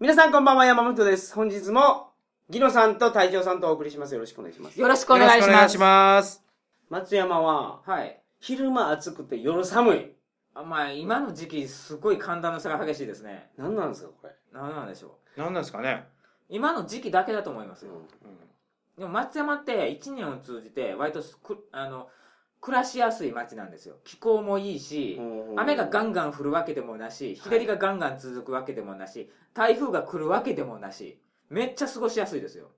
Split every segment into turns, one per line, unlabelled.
皆さんこんばんは、山本です。本日も、ギノさんと隊長さんとお送りします。よろしくお願いします。
よろしくお願いします。
ます。
松山は、
はい。
昼間暑くて夜寒い。
あまあ、今の時期、すごい寒暖の差が激しいですね。
何なんですか、これ。
何なんでしょ
何なんですかね。
う。今の時期だけだと思いますよ。
う
でも、松山って一年を通じて、割とすく、あの、暮らしやすい街なんですよ。気候もいいし、雨がガンガン降るわけでもなし、日照りがガンガン続くわけでもなし、台風が来るわけでもなし、めっちゃ過ごしやすいですよ。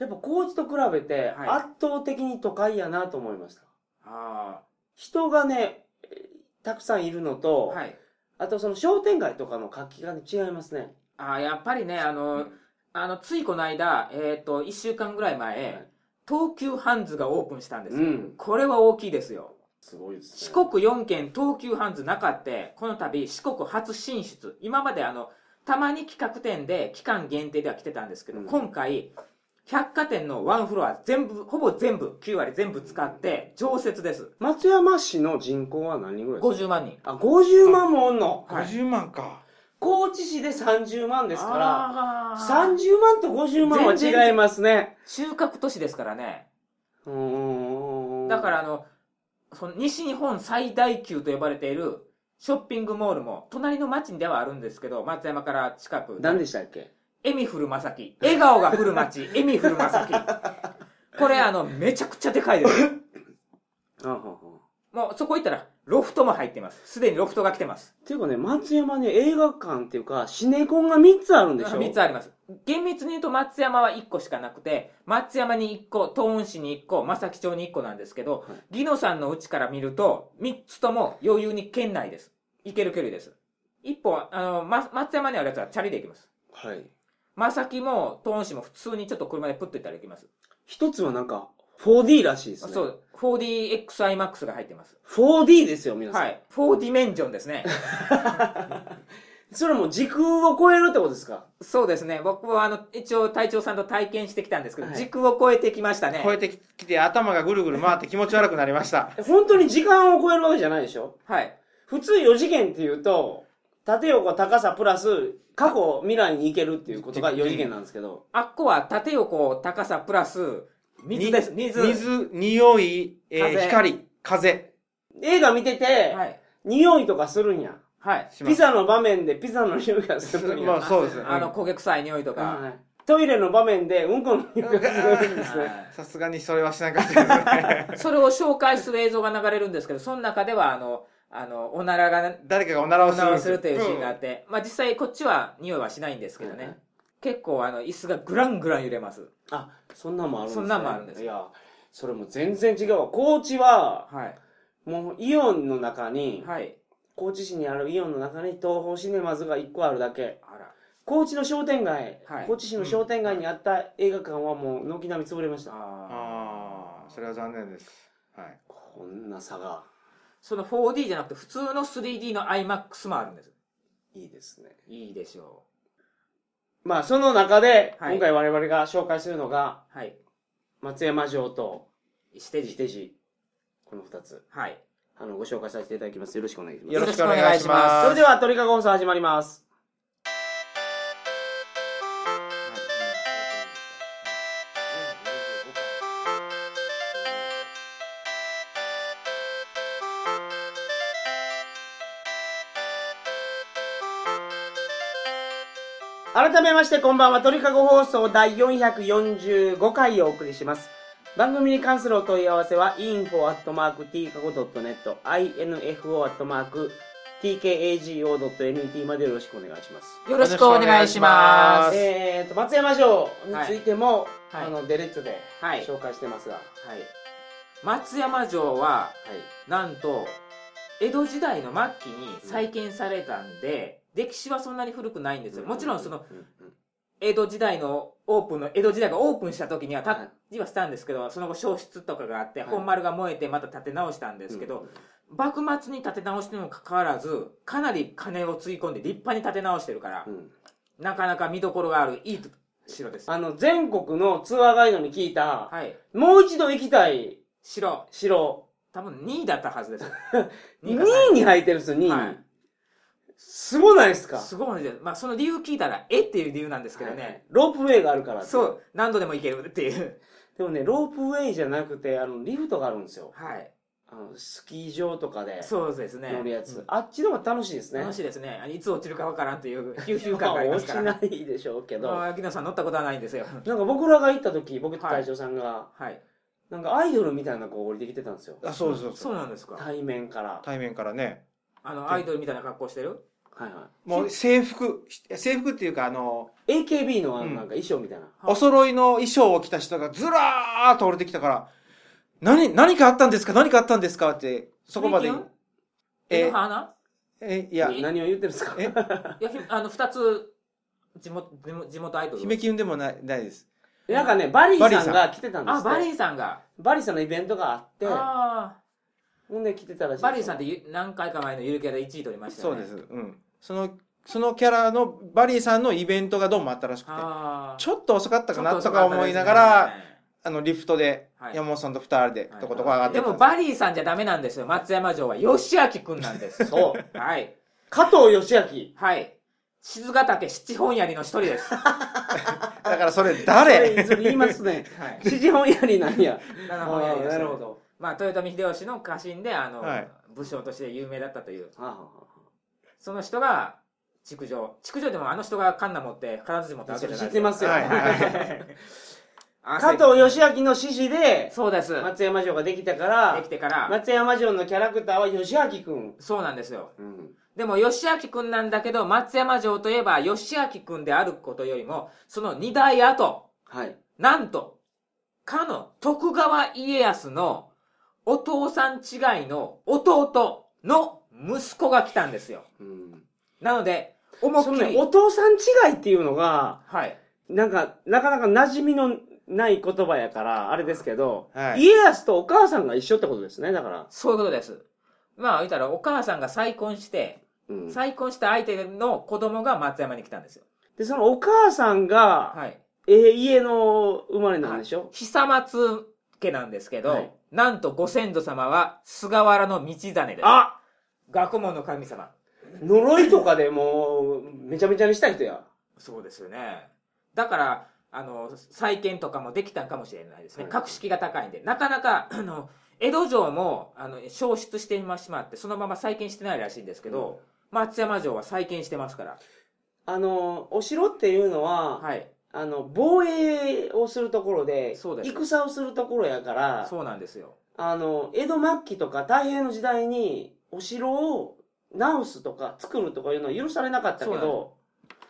やっぱ高知と比べて、
はい
圧倒的に都会やなと思いました。
あ
人がね、えーたくさんいるの
あ。
と、
はい。
あとその商店街とかの活気がね違いますね。
ああ、やっぱりね、あの、
ん。
あの、ついこの間、えっ、と、一週間ぐらい前、
はい
東急ハンズがオープンしたんですよ。
ん。
これは大きいですよ。
すごいです
四国4県東急ハンズなかって、この度四国初進出。今まであの、たまに企画展で期間限定では来てたんですけど、
うん
今回、百貨店のワンフロア全部、ほぼ全部、9割全部使って、常設です。
松山市の人口は何人ぐらいですか
50万人。
あ、50万もおんの。
はい
50万か。
高知市で30万ですから、
ら
30万と50万は違いますね。
収穫都市ですからね。
うーん
だからあ、の、その西日本最大級と呼ばれているショッピングモールも、隣の町にではあるんですけど、松山から近く。
何でしたっけ
笑み降るまさき。笑顔が降る町。笑み降るまさき。これあの、めちゃくちゃでかいです。
あはは
もうそこ行ったら、ロフトも入ってます。すでにロフトが来てます。
ていうかね、松山ね、映画館っていうか、シネコンが3つあるんでしょ
3つあります。厳密に言うと松山は1個しかなくて、松山に1個、東温市に1個、まさき町に1個なんですけど、
はい
ギノさんのうちから見ると、3つとも余裕に県内です。行ける距離です。一本、あの、ま、松山にあるやつはチャリで行きます。
はい。
まさきも、東温市も普通にちょっと車でプッと行ったら行きます。
一つはなんか、4D らしいですね。
そう、4DXIMAX が入ってます。
4D ですよ、皆さん。
はい。4ディメンジョンです ね。
それも時空を超えるってことですか
そうですね。僕はあの、一応隊長さんと体験してきたんですけど、
はい
時空を超えてきましたね。
超えてきて頭がぐるぐる回って気持ち悪くなりました。
本当に時間を超えるわけじゃないでしょ
はい。
普通4次元っていうと、縦横高さプラス、過去未来に行けるっていうことが4次元なんですけど、
あっこは縦横高さプラス、水です。水。
水、匂い、えー
風
光、風。
映画見てて、
はい。
匂いとかするんや。
はい。
しま
ピ
す
ザの場面でピザの匂いがするん
ま
や
あ。そうですね。
あの、焦げ臭い匂いとか。
はいトイレの場面でうんこの匂いがするんですね。
は
さすがにそれはしなかったですね。
いそれを紹介する映像が流れるんですけど、その中では、あの、あの、おならが、
誰かがおなら
お
をす
なら
るん
を
ですす
る
よ。
というシーンがあって、まあ実際こっちは匂いはしないんですけど
はいはい
ね。結構あの、椅子がグラングラン揺れます。
あ、そんなんもあるんですね
そんなんもあるんです
いや、それも全然違うわ。高知は、
はい。
もうイオンの中に、
はい。
高知市にあるイオンの中に東宝シネマズが1個あるだけ。
あら。
高知の商店街、
はい
高知市の商店街にあった映画館はもう軒並み潰れました。
ああ、それは残念です。はい。
こんな差が
その 4D じゃなくて普通の 3D の IMAX もあるんです。
いいですね。
いいでしょ
まあ、その中で、
はい
今回我々が紹介するのが、
う。はい。
松山城と
して
地手寺、この2つ、
はい。
あの、ご紹介させていただきます。よろしくお願いします。
よろしくお願いします。
それでは、鳥かご放送始まります。改めましてこんばんは鳥かご放送第445回をお送りします番組に関するお問い合わせは info.tkago.net info.tkago.net までよろしくお願いします
よろしくお願いします。え
えー、と松山城についても、
はいはい
あのデレッツで
はい
紹介してますが、は
はい。松山城は、なんと、江戸時代の末期に再建されたんで、歴史はそんなに古くないんですよ。もちろんその、
ううん
江戸時代のオープンの、江戸時代がオープンした時には
は
立
い
ちはしたんですけど、その後消失とかがあって、
はい
本丸が燃えてまた建て直したんですけど、幕末に建て直してにもかかわらず、かなり金をつぎ込んで立派に建て直してるから
う、ん
なかなか見どころがあるいい城です。
あの全国のツアーガイドに聞いた、
はい。
もう一度行きたい
城、
城
多分2位だったはずです。
2
か三
位に入ってるんですよ2位に、
はい
すごないですか
すごいですまあ、その理由聞いたら、えっていう理由なんですけどね。
ロープウェイがあるからって
そう、何度でも行けるっていう。
でもね、ロープウェイじゃなくて、あの、リフトがあるんですよ。
はい。
あの、スキー場とかで
そうですね。
乗るやつ。
うん
あっちの方が楽しいですね。
楽し
い
いですね。あのいつ落ちるかわからんと いう、悠々感がありますから。
落ちないでしょうけど。
あ秋野さん乗ったことはないんです よ。
なんか僕らが行った時、僕と隊長さんが、
はい。
なんかアイドルみたいな子が降りてきてたんですよ。
あ、そうそう
そ
そうう。
なんですか。
対面から。
対面からね。
あの、アイドルみたいな格好してる
はいは
もう制服、制服っていうか、あの、
い。AKB のあの
うん
なんか衣装みたいな。
はい
お揃いの衣装を着た人がずらーっと降りてきたから、何、何かあったんですか何かあったんですかって、そこまで
それいけん。え
え
の、花
え、いや、
何を言ってるんですか
え
いや、ひあの、二つ、地元、地元地元アイドル。
姫キュンでもない、ないです。
なんかね、バリーさん
バリー
が来てたんです
あ、
って。
バリーさんが。
バリーさんのイベントがあって、
あ
ほんで来てたらし
ー
い。。
バリーさんっててゆ何回か前のゆるキャラで1位取りました
そ
よ
う
ね。
です。うん。その、そのキャラのバリーさんのイベントがどうもあったらしくて、
あー
ちょっと遅かったか
ちょ
な
っ遅
と
か
か
ったですね
思いながら、
はい
あの、リフトで
はい
山本さんと二人で、とことこ上がって
で
った
もバリーさんじゃダメなんですよ。松山城は吉明くんなん です。
そう。
はい。
加藤義明。
はい。静ヶ岳七本槍の一人です。は
だからそれ
そ
誰
れそれ言いますね。
い。
七本槍なんや。
七
あ
本槍
ー
です。
なるほ。ど。
まあ、豊臣秀吉の家臣で、あの、
はい
武将として有名だったという。
はあはあは
その人が、築城。築城でもあの人がカンナ持って、金槌持った
あ
わけ
そ
じ
れ知
ゃない
ってますよ。
はい
はい
加藤義明の指示で、
そうです。で
松山城ができたから
き、てから、
松山城のキャラクターは義明くん。
そうなんですよ。
うん。
でも、吉明くんなんだけど、松山城といえば、吉明くんであることよりも、その二代後、
はい。
なんと、かの徳川家康のお父さん違いの弟の息子が来たんですよ。
うん。
なので、思いっ
そ
き
の
り、
ね、お父さん違いっていうのが、
はい。
なんか、なかなか馴染みのない言葉やから、あれですけど、
はい
家康とお母さんが一緒ってことですね、だから。
そういうことです。まあ、言ったらお母さんが再婚して、
うん。
再婚した相手の子供が松山に来たんですよ。
で、そのお母さんが、
はい。
えー家の生まれなんでしょ
久松家なんですけど、
はい
なんとご先祖様は菅原道真です。
あ
学問の神様。
呪いとかでもう、めちゃめちゃにした人や。
そうですよね。だから、あの、再建とかもできたんかもしれないですね。
はい
格式が高いんで。なかなか、あの、江戸城も、あの、消失してしまって、そのまま再建してないらしいんですけど、松山城は再建してますから。
あの、お城っていうのは、
はい。
あの、防衛をするところで、
そうです
戦をするところやから、
そうなんですよ。
あの、江戸末期とか太平の時代にお城を直すとか作るとかいうのは許されなかったけ
そうな
ど、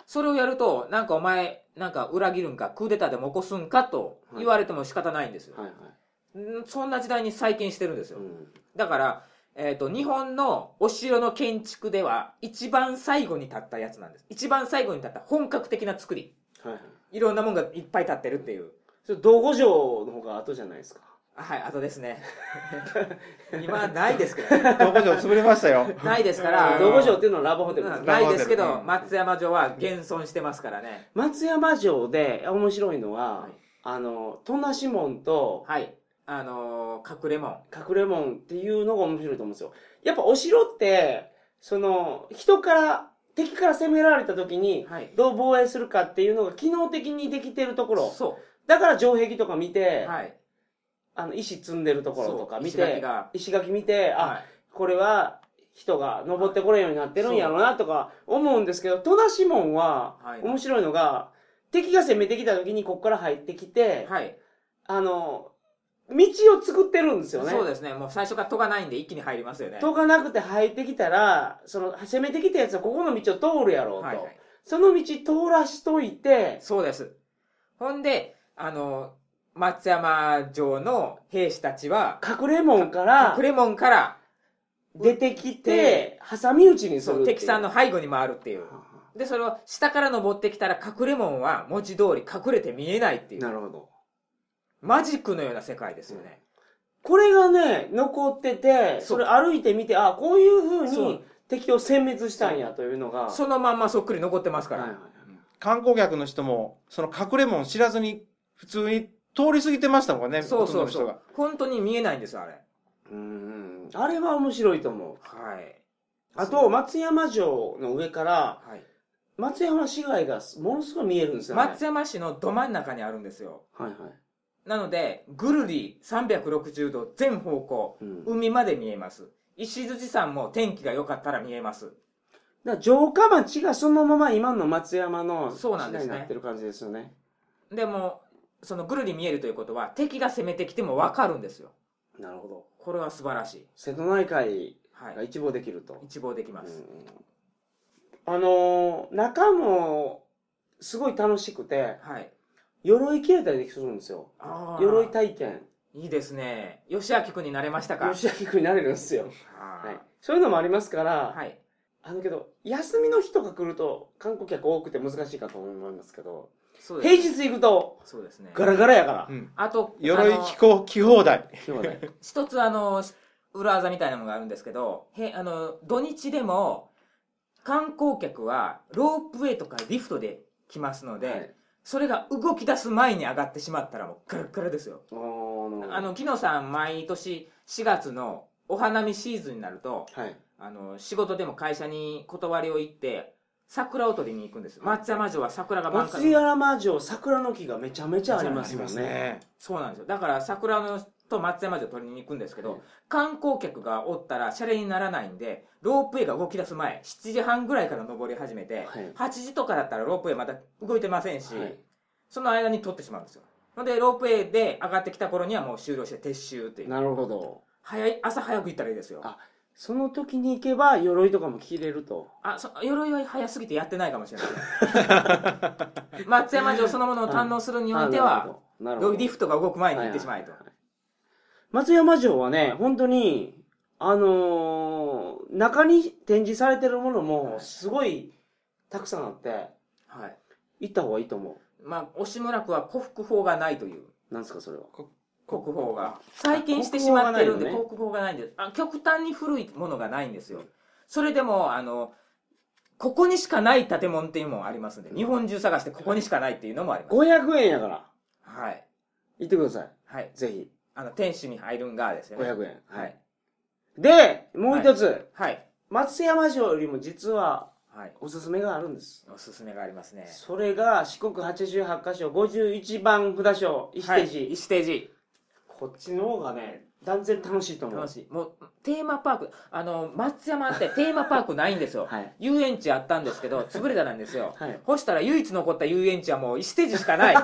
それをやると、なんかお前、なんか裏切るんか、クーデターでも起こすんかと言われても仕方ないんですよ。
はいはい。
んそんな時代に再建してるんですよ。
うん
だから、えっ、と、日本のお城の建築では、一番最後に建ったやつなんです。一番最後に建った本格的な作り。
はいはい。
いろんなもんがいっぱい建ってるっていう。
それ、道後城の方が後じゃないですか。
はい、あとですね。 今はないですけどね。
どこじゃ潰れましたよ。
ないですか
あ
ら
ー、
道後城っていうのはラブホテルです
うん
ね。
ないですけど、
うん
松山城は現存してますからね。
松山城で面白いのは、
はい
あの、戸無門と
はい。あのー隠れ門。
隠れ門っていうのが面白いと思うんですよ。やっぱお城って、その、人から、敵から攻められた時に、
はい。
どう防衛するかっていうのが機能的にできてるところ。
そ
だから城壁とか見
う。
て、
はい。
あの石積んでるところとか
そう
見
石垣
て、
が
石垣見て、あ、
はい
これは人が登ってこれんようになってるんやろうなとか思うんですけど、戸田門は
はい
面白いのが、敵が攻めてきた時にここから入ってきて、
はい。
あの、道を作ってるんですよね。
そうですね。もう最初から戸がないんで一気に入りますよね。
戸がなくて入ってきたら、その攻めてきたやつはここの道を通るやろうと。
はいはい。
その道通らしといて、
そうです。ほんで、あの、松山城の兵士たちは、
隠れ門から
クレモンから、
出てきて、挟み撃ちにす
そ
る
う、敵さん
の。
の背後に回るっていう。で、それを下から登ってきたら、隠れ門は文字通り隠れて見えないっていう。
なるほど。
マジックのような世界ですよね。
これがね、残ってて、
そ
そうれ歩いてみて、あ、こういう風
そ
に
う
敵を殲滅したんやというのが。
そのまんまそっくり残ってますか
はい
ら。
はい
観光客の人も、その隠れもん知らずに、普通に通り過ぎてましたもんね、
そうそう
ほと
そ
んどの人
う。本当に見えないんですよ、あれ。
うんうんあれは面白いと思
はい。
あと、松山城の上から、
はい、
松山市街がものすごい見えるんですよね。
松山市のど真ん中にあるんですよ
はいはい。
なのでぐるり360度全方向
うんだか
海まで見えます石山も天気が良かったら見えます
ら城下町がそのまま今の松山の市
そうなんです
街
ね
になってる感じですよね。
でもそのぐるり見えるということは敵が攻めてきても分かるんですよ
なるほど。
これは素晴らしい、
瀬戸内海
は
が
い、
一望できると。
一望できま
う
す、
んあのー中もすごい楽しくて、
はい
鎧切れたりできそうなんですよ。
あー
鎧体験。
いいですね吉明君になれましたか
吉明君になれるんですよ。
あー
はい、そういうのもありますから、
はい、
あのけど、休みの日とか来ると観光客多くて難しいかと思いますけど、
そうです
平日行くと
そうですね
ガラガラやから
う。ん。
あと
鎧
あの
着こ着放題。
今 日はね。
一つあのし裏技みたいなのがあるんですけどへあの土日でも観光客はロープウェイとかリフトで来ますので、
はい
それが動き出す前に上がってしまったらもうガラッガラですよ、
おー
あ、の木野さん毎年4月のお花見シーズンになると
はい。
あの仕事でも会社に断りを言って桜を取りに行くんです松山城は桜が満開
松山城、桜の木がめちゃめちゃありますもんね。。
そうなんですよだから桜のと松山城を取りに行くんですけど、
うん
観光客がおったらシャレにならないんでロープウェイが動き出す前7時半ぐらいから登り始めて、
はい
8時とかだったらロープウェイまだ動いてませんし、
はい
その間に取ってしまうんですよのでロープウェイで上がってきた頃にはもう終了して撤収っていう
なるほど。
早い朝早く行ったらいいですよ
あその時に行けば鎧とかも着れると。
あそ鎧は早すぎてやってないかもしれない 松山城そのものを堪能するにおいて
あ
は、、
なるほどなるほ
ロ
ど。
リフトが動く前に行ってしまえと、
はいはいはい松山城はね、本当に、あのー中に展示されてるものも、すごい、たくさんあって、
はい
行った方がいいと思
まあ、押村区は古服法がないという
う。なんですか、それは。
国宝が再建してしまってるんで
国
国宝がないんですあ極端に古いものがないんですよそれでもあのここにしかない建物っていうのもありますんで日本中探してここにしかないっていうのもあります
500円やから、
はい
行ってください。
はい
ぜひ、
あの天守に入るんがですよね
500円。
は。い
で、もう一つ、
はい
松山城よりも実は、
はい
おすすめがあるんです。
おすすめがありますね
それが、四国88箇所、51番札所、石手寺、
はい石手寺
こっちの方がね、断然楽しいと思う。
楽しいもうテーマパークあの松山ってテーマパークないんですよ、
はい
遊園地あったんですけど潰れたなんですよ、
はい
ほしたら唯一残った遊園地はもう石手寺し かない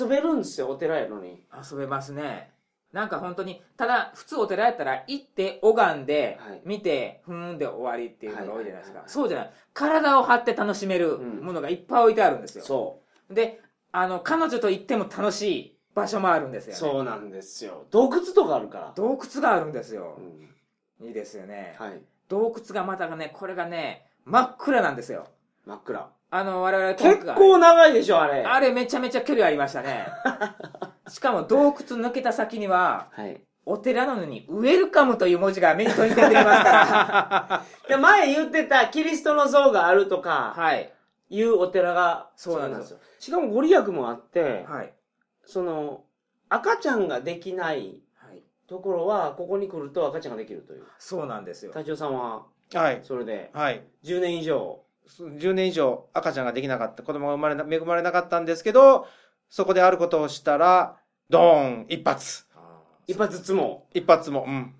遊べるんですよ、お寺やのに。
遊べますねなんか本当にただ普通お寺やったら行って拝んで、
はい
見てふーんで終わりっていうのが多いじゃないですか、
はいはいはいはい
そうじゃない体を張って楽しめる
うん
ものがいっぱい置いてあるんですよ、
そう。
であの彼女と行っても楽しい場所もあるんですよ、ね、
そうなんですよ。洞窟とかあるから。
洞窟があるんですよ
う、ん
いいですよね、
はい。
洞窟がまたねこれがね真っ暗なんですよ
真っ暗。
あの我々今
結
回
構長いでしょ、あれ。
あれめちゃめちゃ距離ありました ねしかも洞窟抜けた先には
はい。
お寺なのにウェルカムという文字が目に飛び込んできます から
で、前言ってたキリストの像があるとか、
はい
いうお寺が、
そうなんです
よ。しかもご利益もあって、
はい
その、赤ちゃんができない
はい
ところは、ここに来ると赤ちゃんができるという。
そうなんですよ
隊長さんは、
はい。
それで、
はい。
10年以上。
そ10年以上赤ちゃんができなかった、子供が生まれな、恵まれなかったんですけど、そこであることをしたら、ドーン一発
一発つも。
一発も、うん。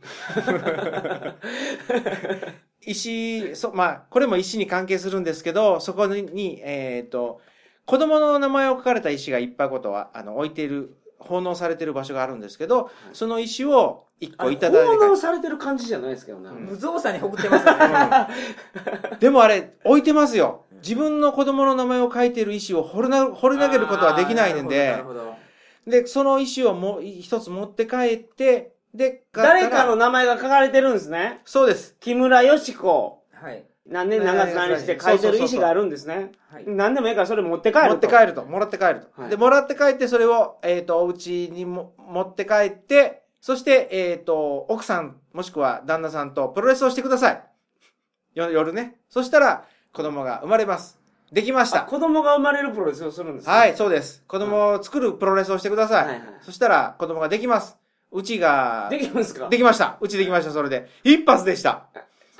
石、そ、まあ、これも石に関係するんですけど、そこに、えっ、と、子供の名前を書かれた石がいっぱいことは、あの、置いている、奉納されている場所があるんですけど、その石を一
あ
個
れ
いただい
奉
て、
納されてる感じじゃないですけどね。
うん
無造作に送ってますよね
でもあれ、置いてますよ。自分の子供の名前を書いている石を掘るな、 掘り投げることはできないん
あーな
で
る、ほどなるほ
で、その石をもう一つ持って帰って、で、買ったら
誰かの名前が書かれてるんですね。
そうです。
木村よしこ。
どはい
何年何月何日で書いてる意思があるんですね。
はい
何でもいいからそれ持って帰ると。
持って帰ると。もらって帰ると。
はい
で、もらって帰って、それを、えっ、と、お家にも持って帰って、そして、えっ、と、奥さん、もしくは旦那さんとプロレスをしてください。よ夜ね。そしたら、子供が生まれます。できまし
あ
た。
子供が生まれるプロレスをするんですね
はい、。そうです。子供を作るプロレスをしてください。
はいはい
そしたら、子供ができます。うちが、
できますか
できました。うちできました、それで。一発でした。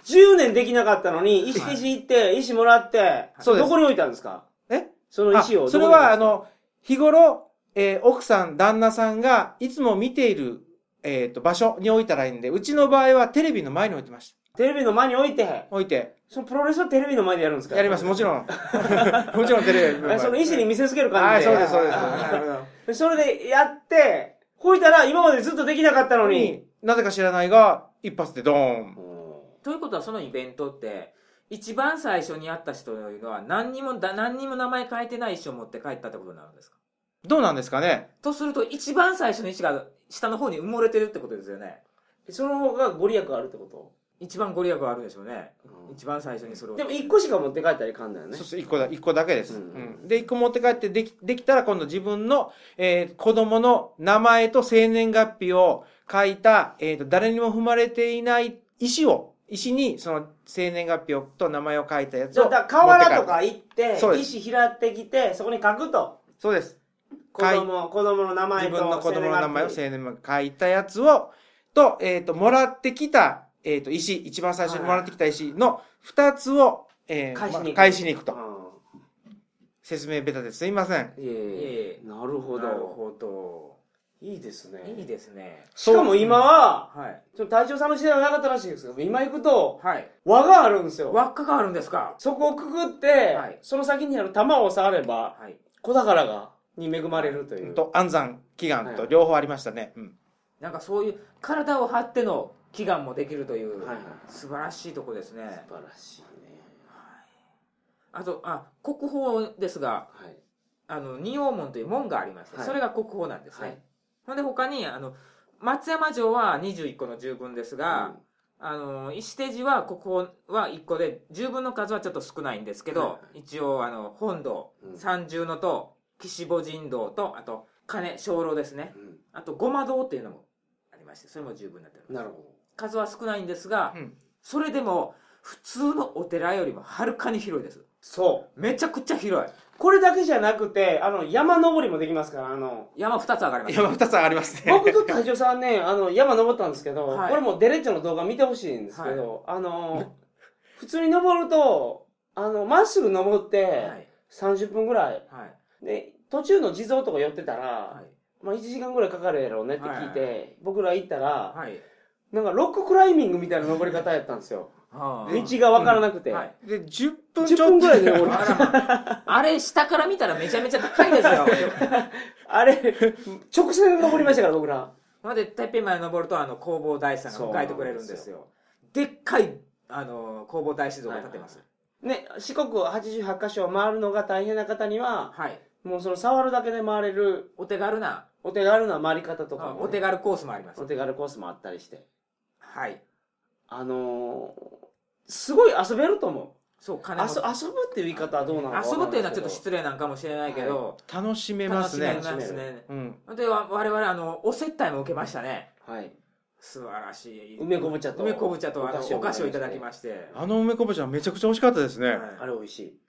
10年できなかったのに、石石行って、石もらって、
そうです
どこに置いたんですか
え
その
あ
石を。
それは、あ、の、日頃、えー奥さん、旦那さんがいつも見ている、えっ、と、場所に置いたらいいんで、うちの場合はテレビの前に置いてまし
テレビの前に置いて
た。、置いて、
そのプロレスはテレビの前でやるんですか
やります、もちろん。 もちろんテレビの前
えその石に見せつける
は
感
い、
じ
そ
で。
うです、そうです。
あ
なるほど
ーそれでやって、ほいたら今までずっとできなかったのに。
に、なぜか知らないが、一発でドーン。
ということはそのイベントって一番最初に会った人というのは何にもだ何にも名前変えてない石を持って帰ったってことになるんですか
どうなんですかね
とすると一番最初の石が下の方に埋もれてるってことですよね
その方がご利益あるってこと
一番ご利益はあるんでしょうね、
うん
一番最初にそれを
でも1個しか持って帰ったらいかんだよね
そう。そう一個だ一個だけです、
う
うんんで一個持って帰ってできできたら今度自分の、えー子供の名前と生年月日を書いた、えー、と誰にも踏まれていない石を石にその生年月日をと名前を書いたやつ
じゃ
を
あ、だから河原と
持って
か行って
そう、です
石拾ってきて、そこに書くと。
帰るそうです
子供、子供の名前
自
と。
分の子供の名前を
生年
生年月日書いたやつをと,、えー、ともらってきた、えー、と石一番最初にもらってきた石の2つを、えー
返しに行く
ま返しに行く
月
と説明ベタですいません
うんいえい
ええ
え。なるほ
なる
ど。
ほど
いいです
いい
ね。
ですね
しかも今は、
はい
ちょっと隊長さんの時代はなかったらしいですけど、今行くと、
はい
輪があるんですよ。
輪っかがあるんですか
そこをくぐっ
はい
て、その先にある玉を触れば、
はい
小宝が、に恵まれるという。
と安産祈願と両方ありましたね、うん
なんかそういう体を張っての祈願もできるという、
はいはい
素晴らしいとこですね
素晴らしいね。
あとあ国宝ですが
はい。
あの仁王門という門がありまして、
はい
それが国宝なんですね、
はい
ほんで他にあの松山城は21個の十分ですが、あの石手寺は国宝は1個で十分の数はちょっと少ないんですけど、
はいは
一応あの本堂、
うん
三重のと岸母神堂とあと金鐘楼ですね
うん
あと護摩堂っていうのもありましてそれも十分になって
う
る
んなるほ
数は少ないんですが、
うん
それでも普通のお寺よりもはるかに広いです
ど。そう。
めちゃくちゃ広い
これだけじゃなくて、あの、山登りもできますから、あの、
山2つ上がりま
い
す
や、まあ二つありますね。
僕と隊長さんね、あの、山登ったんですけど、
はい
これもデレッチョの動画見てほしいんですけど、あの、普通に登ると、あの、まっすぐ登っ
はい
て、30分ぐらい。
はい
で、途中の地蔵とか寄ってたら、
はい
まあ1時間ぐらいかかるやろうねって聞いて、
は
僕ら行ったら、
はい
なんかロッククライミングみたいな登り方やったんですよ。
あ
道
ー
がわからなくて。
はい
で、10分
10
ちょっ
分
と
ぐらいで登りました
あらあれ下から見たらめちゃめちゃ高いですよ
あれ、直線で登りましたから、僕 ら。
ほんでてっぺんまで登るとあの弘法大師さんが迎えてくれるんですよでっかいあの弘法大師像が建てます
ね、四国88箇所を回るのが大変な方には、
はい、
もうその触るだけで回れる、
お手軽な
お手軽な回り方とか
あ
もね、
お手軽コースもあります
お手軽コースもあったりして。
はい
あのー、すごい遊べると思う。
そう金
あ
も
そ遊ぶっていう言い方はどうなのかわか
遊
んな
ぶ
い
っ
ですけど
ていうのはちょっと失礼なんかもしれないけど、
楽しめま
楽
す
しめ
ね
ま。
楽し
す
め
ね
うん。
ほんでわ我々あのお接待も受けましたね
はい。
素晴らしい
梅昆布茶と
梅昆布茶とあ
お
の
菓子を
お菓子をいただきまして
あの梅こぼちゃんめちゃくちゃ美味しかったですね。
あ
は
れ美味しい。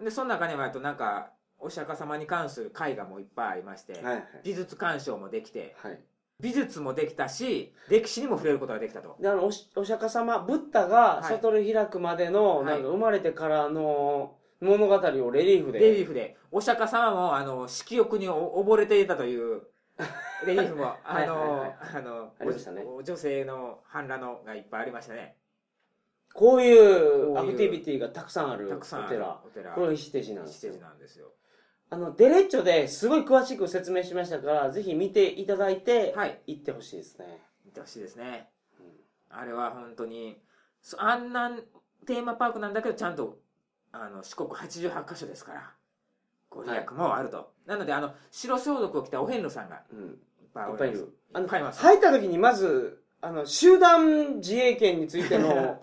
いでその中にはあとなんかお釈迦様に関する絵画もいっぱいありまして、
はいはい。
美術鑑賞もできて
はい。
美術もできたし歴史にも触れることができたと
で、あの、おしお釈迦様、ブッダ
は
が
い
悟り開くまでの、
はい
なんか生まれてからの物語をレリーフで。
レリーフでお釈迦様もあの色欲にお溺れていたと いうレリーフもあ
はいは
の
い
あの
ありましたね
お女性の反乱のがいっぱいありましたね
こういう
こう
ア
いう
クティビティがたくさんある
たくさん
お
ある
寺。
お寺
これは石手寺なんで
施
すよ
設。なんですよ
あの、デレッチョですごい詳しく説明しましたから、ぜひ見ていただいて、
はい
行ってほしいですね。
見てほしいですね
うん
あれは本当にそあんなテーマパークなんだけどちゃんとあの四国88箇所ですからご利益もあると、なのであの白装束を着たお遍路さんが
うん。
いっぱい
いっ
お
ぱい
り
い
ます
る。あの、
いっぱいいます
入った時にまず、あの、集団自衛権について の、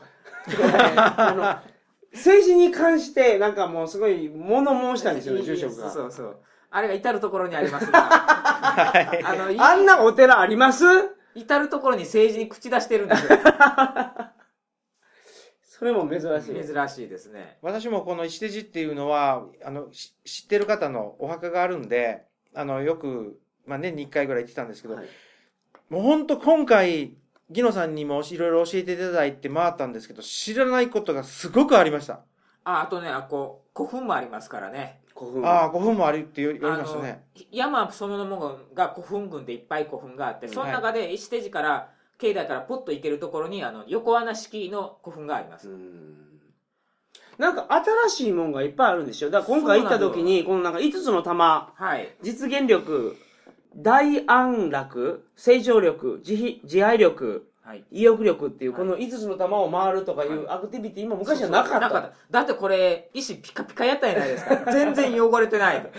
あの、政治に関して、なんかもうすごい物申したんですよね、住職
そ
が。
うそうあれが至る所にありますがあのい
あんなお寺あります
至る所に政治に口出してるんです よ
それも珍しい。
珍しいですね
私もこの石手寺っていうのは、あの、し知ってる方のお墓があるんで、あの、よく、まあ年に1回ぐらい行ってたんですけど、
はい
もうほんと今回、ギノさんにもいろいろ教えていただいて回ったんですけど、知らないことがすごくありました。
あ、あとね、あこう、古墳もありますからね。
古墳
ああ、5分もあるって言いましたね。
あの山そのものが古墳群でいっぱい古墳があって、
うん
その中で石手寺から、境内からポッと行けるところに、あの、横穴式の古墳がありま
う
す。
んなんか新しいもんがいっぱいあるんでしょだから今回行った時に、このなんか5つの玉、
はい。
実現力、大安楽、成長力、慈悲慈愛力、
はい。
意欲力っていう、
はい
この5つの玉を回るとかいうアクティビティも昔はなかった。
そうそうだってこれ、石ピカピカやったじゃないです か。全然汚れてない。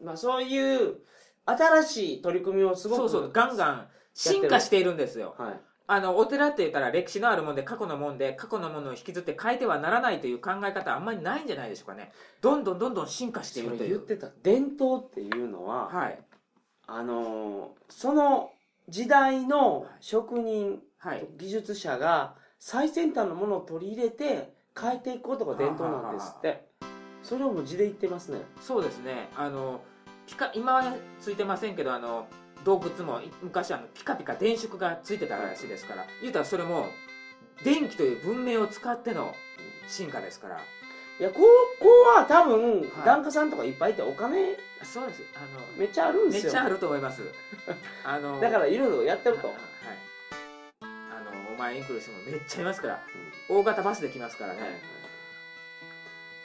まあそういう新しい取り組みをすごく。
そうそう、ガンガン進化しているんですよ。
はい。
あの、お寺って言ったら歴史のあるもんで過去のもんで、過去のものを引きずって変えてはならないという考え方はあんまりないんじゃないでしょうかね。どんどんどんどん進化してい
そ
る
れ
とい
言っ
う。
てた。伝統っていうのは、
はい。
あのーその時代の職人、
はい。
技術者が最先端のものを取り入れて変えていくことが伝統なんですって。それをもう字で言ってますね。
そうですね。あの、ピカ、今はついてませんけど、あの、洞窟もい昔あのピカピカ電飾がついてたらしいですから、言うたらそれも電気という文明を使っての進化ですから。
いや、こう、こうは多分、
はい
檀家さんとかいっぱいいてお金
そうです。あの、
めっちゃあるんで
めっ
すよ。
ちゃあると思います。あの、、
だかららいろいろやってると。
はい。あの、お前に来る人もめっちゃいますから、大型バスで来ますからね。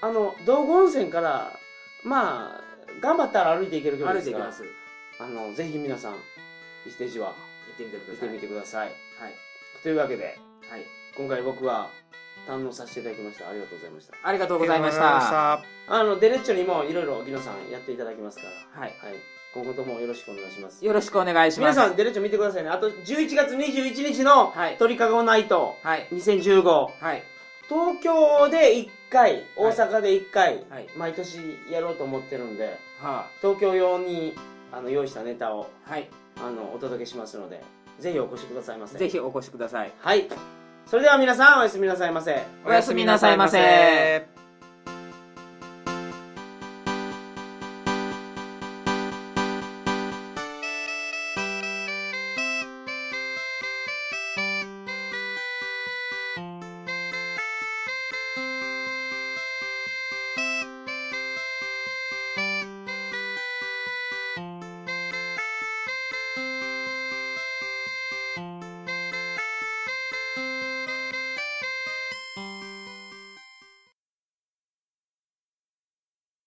あの道後温泉からまあ頑張ったら歩いていける距離
歩
です
いていき
か
ま
ら
す。行
あのぜひ皆さん石手寺は
ってみてく
行
だ
って
さい。
みてください、
はい。
というわけで
はい。
今回僕は堪能させていただきましたありがとうございました
ありがと
あ
うございました。
りがとうございま
あのデレッチョにもいろいろギノさんやっていただきますから
は
は
い。
い今後ともよろしくお願いします
よろしくお願いしま
皆
す。
さんデレッチョ見てくださいねあと11月21日の
はい
鳥かごナイト
はい。
2015
はい。
東京で1回大阪で1回、
はい
毎年やろうと思ってるんで
は
東京用にあの用意したネタを
あ、はい。
あのお届けしますのでぜひお越しくださいませ
ぜひお越しください。
はいそれでは皆さんおやすみなさいませ
した
おやすみなさいませ。